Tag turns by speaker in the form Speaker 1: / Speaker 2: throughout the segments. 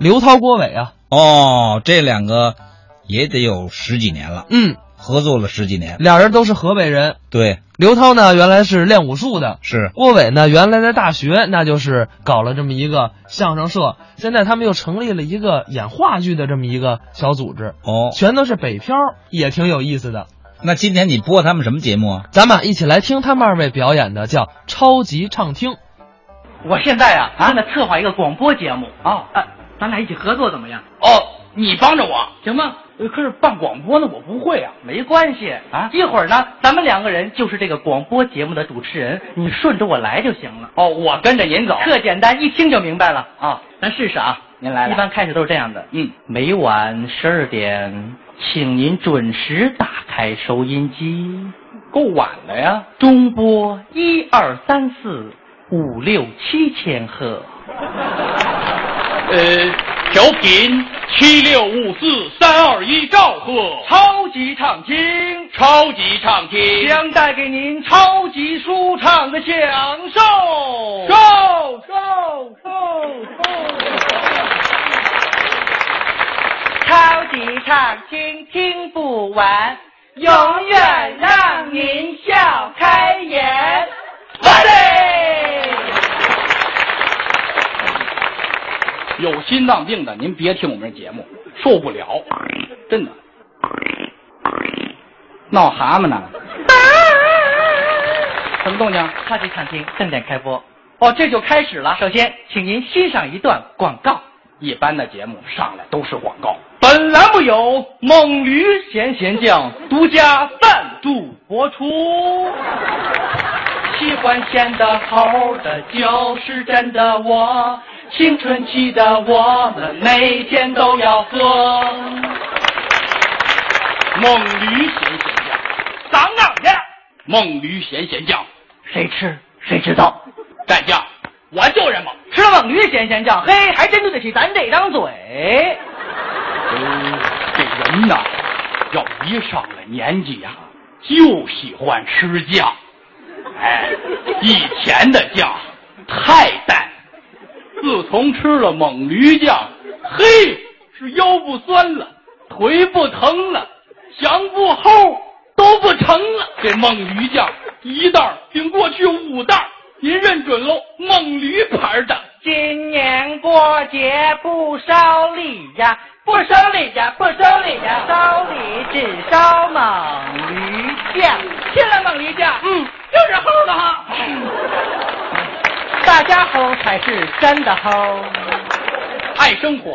Speaker 1: 刘涛、郭伟啊，
Speaker 2: 哦，这两个也得有十几年了，
Speaker 1: 嗯，
Speaker 2: 合作了十几年。
Speaker 1: 俩人都是河北人。
Speaker 2: 对，
Speaker 1: 刘涛呢，原来是练武术的。
Speaker 2: 是
Speaker 1: 郭伟呢，原来在大学那就是搞了这么一个相声社，现在他们又成立了一个演话剧的这么一个小组织，
Speaker 2: 哦。
Speaker 1: 全都是北漂，也挺有意思的。
Speaker 2: 那今天你播他们什么节目啊？
Speaker 1: 咱们啊一起来听他们二位表演的叫《超级畅听》。
Speaker 3: 我现在啊，正在策划一个广播节目啊、呃咱俩一起合作怎么样？
Speaker 4: 哦，你帮着我
Speaker 3: 行吗？
Speaker 4: 呃可是办广播呢，我不会啊。
Speaker 3: 没关系啊，一会儿呢，咱们两个人就是这个广播节目的主持人，你顺着我来就行了，
Speaker 4: 哦，我跟着您走。
Speaker 3: 特简单，一听就明白了
Speaker 4: 啊。
Speaker 3: 咱试试啊，
Speaker 4: 您来了
Speaker 3: 一般开始都是这样的，
Speaker 4: 嗯，
Speaker 3: 每晚十二点，请您准时打开收音机，
Speaker 4: 够晚了呀。
Speaker 3: 中波一二三四五六七千赫。
Speaker 4: 呃，调频七六五四三二一兆赫，
Speaker 3: 超级畅听，
Speaker 4: 超级畅听
Speaker 3: 将带给您超级舒畅的享受。Go
Speaker 4: 啊
Speaker 3: go go go！超级畅听听不完，永远让您笑开颜。哇塞！
Speaker 4: 有心脏病的，您别听我们这节目，受不了，真的。闹蛤蟆呢？什么啊动静？
Speaker 3: 超级畅听正点开播。哦，这就开始了。首先，请您欣赏一段广告。
Speaker 4: 一般的节目上来都是广告。
Speaker 3: 本栏目由猛驴咸咸酱独家赞助播出。喜欢咸的齁的就是真的我，青春期的我们每天都要喝。
Speaker 4: 猛驴咸咸酱，
Speaker 3: 长哪去？
Speaker 4: 猛驴咸咸酱，
Speaker 3: 谁吃谁知道。
Speaker 4: 蘸酱，我就认猛。
Speaker 3: 吃了猛驴咸咸酱，嘿，还真对得起咱这张嘴。
Speaker 4: 这人呐，要一上了年纪呀、就喜欢吃酱。哎，以前的酱太淡，自从吃了猛驴酱，嘿，是腰不酸了，腿不疼了，想不齁都不成了。这猛驴酱一袋儿顶过去五袋儿，您认准喽，猛驴牌的。
Speaker 3: 今年过节不烧礼呀，不烧礼呀，不烧礼呀，烧礼只烧猛驴酱。
Speaker 4: 进来猛驴酱，嗯，就是齁的哈。
Speaker 3: 嗯大家猴才是真的猴，
Speaker 4: 爱生活，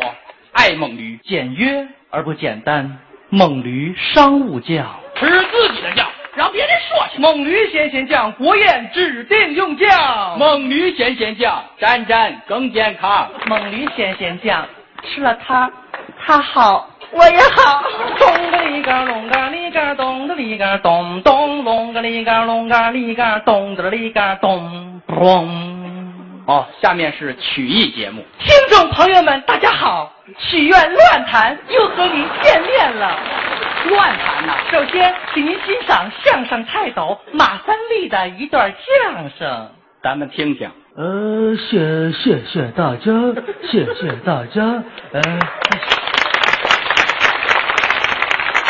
Speaker 4: 爱猛驴，
Speaker 3: 简约而不简单。猛驴商务酱，
Speaker 4: 吃自己的酱，让别人说去。
Speaker 3: 猛驴咸咸酱，国宴指定用酱。
Speaker 4: 猛驴咸咸酱，沾沾更健康。
Speaker 3: 猛驴咸咸酱，吃了它，它好，我也好。咚个里个隆个里个咚个里个咚咚隆个里个隆个里个咚个里个咚咚。
Speaker 4: 哦，下面是曲艺节目。
Speaker 3: 听众朋友们，大家好，曲苑乱谈又和您见面了。
Speaker 4: 乱弹呐、
Speaker 3: 首先，请您欣赏相声泰斗马三立的一段相声。
Speaker 4: 咱们听听。
Speaker 3: 呃，谢谢谢大家，谢谢大家，呃，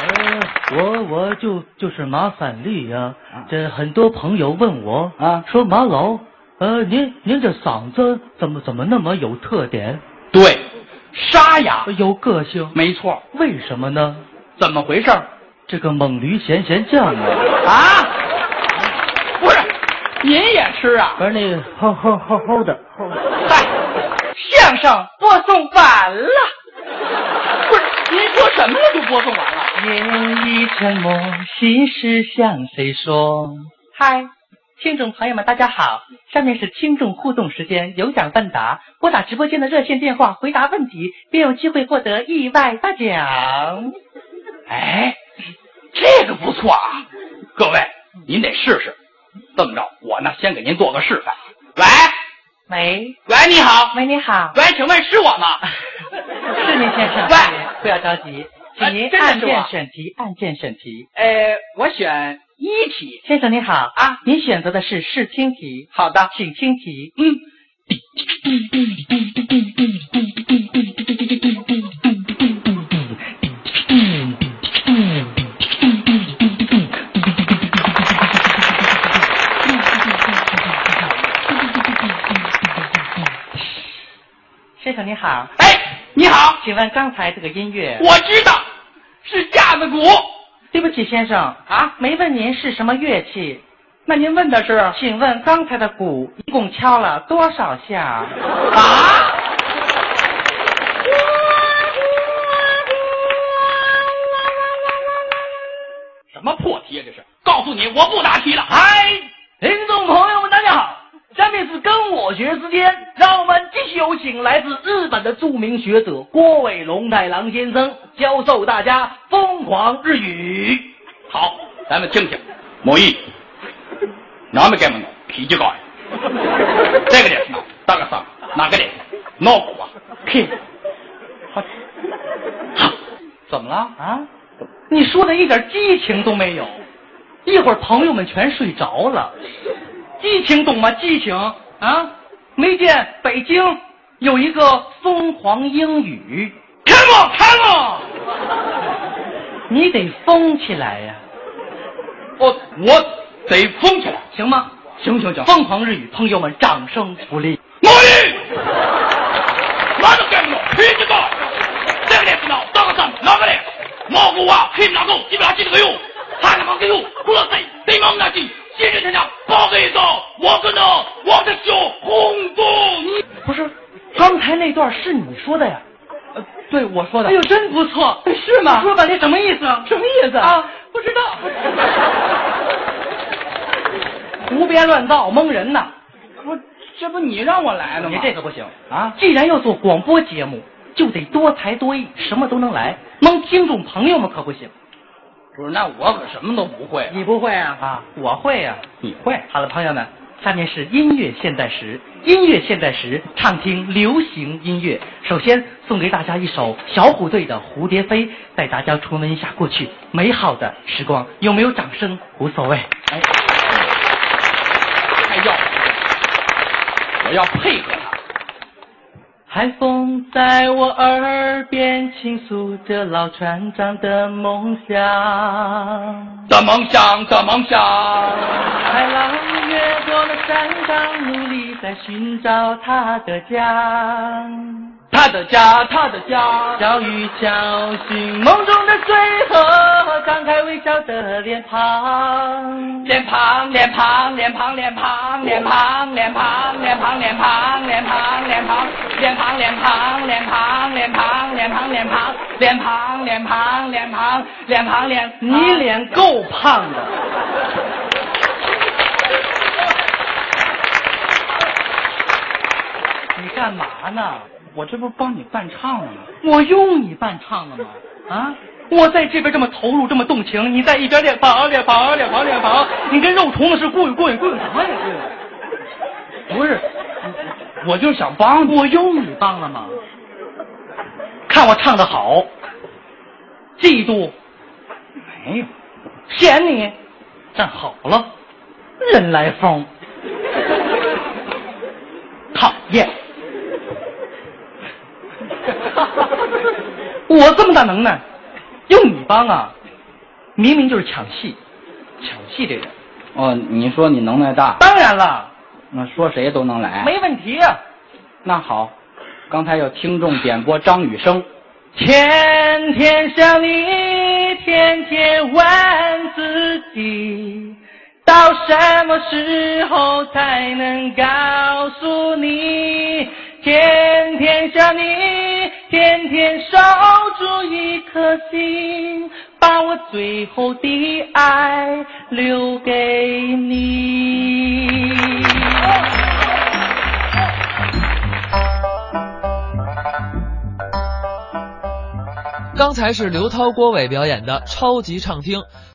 Speaker 3: 呃，我我就就是马三立呀、这很多朋友问我
Speaker 4: 啊
Speaker 3: 说马老，呃，您您这嗓子怎么怎么那么有特点，
Speaker 4: 对，沙哑，
Speaker 3: 有个性？
Speaker 4: 没错。
Speaker 3: 为什么呢？
Speaker 4: 怎么回事儿
Speaker 3: 这个猛驴咸咸酱啊，
Speaker 4: 啊？不是，您也吃啊？
Speaker 3: 而那齁齁齁齁的，
Speaker 4: 嗨，
Speaker 3: 相声播送完了。
Speaker 4: 不是，您说什么了就播送完了？
Speaker 3: 言语沉默，心事向谁说？嗨，听众朋友们，大家好，下面是听众互动时间，有奖问答，拨打直播间的热线电话回答问题，便有机会获得意外大奖。
Speaker 4: 哎，这个不错啊，各位，您得试试。这么着，我呢先给您做个示范。喂，
Speaker 3: 喂，
Speaker 4: 喂，你好，
Speaker 3: 喂，你好，
Speaker 4: 喂，请问是我吗？
Speaker 3: 是您先生，
Speaker 4: 喂，
Speaker 3: 不要着急，请您
Speaker 4: 哎真的
Speaker 3: 按
Speaker 4: 是我
Speaker 3: 键选题，按键选题。
Speaker 4: 呃，我选一题。
Speaker 3: 先生您好
Speaker 4: 啊，
Speaker 3: 您选择的是试听题，
Speaker 4: 好的，
Speaker 3: 请听题。
Speaker 4: 嗯，
Speaker 3: 先生你好，
Speaker 4: 哎，你好，
Speaker 3: 请问刚才这个音乐？
Speaker 4: 我知道是架子鼓
Speaker 3: 对不起，先生，
Speaker 4: 啊。
Speaker 3: 没问您是什么乐器。
Speaker 4: 那您问的是啊？
Speaker 3: 请问刚才的鼓一共敲了多少下？
Speaker 4: 啊什么破题啊！这是，告诉你，我不答题了。啊
Speaker 5: 嗨，听众朋友们，大家好！下面是跟我学之间，让我们继续有请来自日本的著名学者郭伟龙太郎先生教授大家疯狂日语。
Speaker 4: 好，咱们听听。某一，哪么干么脾气高呀？这个脸是哪？大个嗓，哪个脸？脑骨啊？
Speaker 3: 屁！
Speaker 4: 怎么了？
Speaker 3: 啊，你说的一点激情都没有，一会儿朋友们全睡着了，
Speaker 5: 激情懂吗？激情啊！没见北京有一个疯狂英语，
Speaker 4: Come on, come
Speaker 3: 你得疯起来呀、
Speaker 4: on！我哦我得疯起来。
Speaker 5: 行吗？行行行，疯狂日语，朋友们掌声鼓励。
Speaker 4: 某一，哪么干么脾气高呀？这个脸是哪？大个嗓，哪个脸？脑骨啊？黑不拉狗，鸡不拉鸡这个哟，他他妈给哟，胡了谁？对方那句，谢谢大家，包给走，我跟着我的小红洞。
Speaker 5: 不是，刚才那段是你说的呀？呃，对，我说的。
Speaker 3: 哎呦，真不错，
Speaker 5: 是吗
Speaker 3: 说吧，这什么意思啊？
Speaker 5: 什么意思
Speaker 3: 啊？不知道， 胡编乱造，蒙人呐！
Speaker 5: 不，这不你让我来
Speaker 3: 哎你这个不行
Speaker 5: 啊！
Speaker 3: 既然要做广播节目，就得多才多艺，什么都能来，蒙听众朋友们可不行。
Speaker 4: 不是，那我可什么都不会
Speaker 3: 你不会啊？啊，我会啊。
Speaker 4: 你会？
Speaker 3: 好了，朋友们，下面是音乐现代时，音乐现代时，畅听流行音乐。首先送给大家一首小虎队的《蝴蝶飞》，带大家重温一下过去美好的时光。有没有掌声无所谓。
Speaker 4: 哎，哎要，我要配合他。
Speaker 3: 海风在我耳边倾诉着老船长的梦想，
Speaker 4: 的梦想，的梦想，
Speaker 3: 海浪越过了山岗，努力在寻找他的家。
Speaker 4: 他的家，他的家。
Speaker 3: 小雨敲醒梦中的水河，张开微笑的脸庞。
Speaker 4: 脸庞，脸庞，脸庞，脸庞，脸庞，脸庞，脸庞，脸庞，脸庞，脸庞，脸庞，脸庞，脸庞，脸庞，脸庞，脸庞，脸庞，脸庞，脸庞，脸庞，脸。
Speaker 3: 你脸够胖的， 你干嘛呢？
Speaker 4: 我这不帮你伴唱吗？
Speaker 3: 我用你伴唱了吗？啊，我在这边这么投入，这么动情，你在一边练跑练跑练跑练跑，你跟肉虫子是过与过与过与什么呀？
Speaker 4: 不是，我就想帮你。
Speaker 3: 我用你帮了吗？看我唱的好，嫉妒
Speaker 4: 没有，
Speaker 3: 哎嫌你，站好了，人来疯，讨厌。我这么大能耐，用你帮啊？明明就是抢戏，抢戏这人。
Speaker 2: 哦，你说你能耐大，
Speaker 3: 当然了，
Speaker 2: 那说谁都能来。
Speaker 3: 没问题啊。
Speaker 2: 那好，刚才有听众点播张雨生，
Speaker 3: 天天想你，天天问自己，到什么时候才能告诉你？天天想你，天天守住一颗心，把我最后的爱留给你。
Speaker 1: 刚才是刘涛、郭伟表演的超级畅听。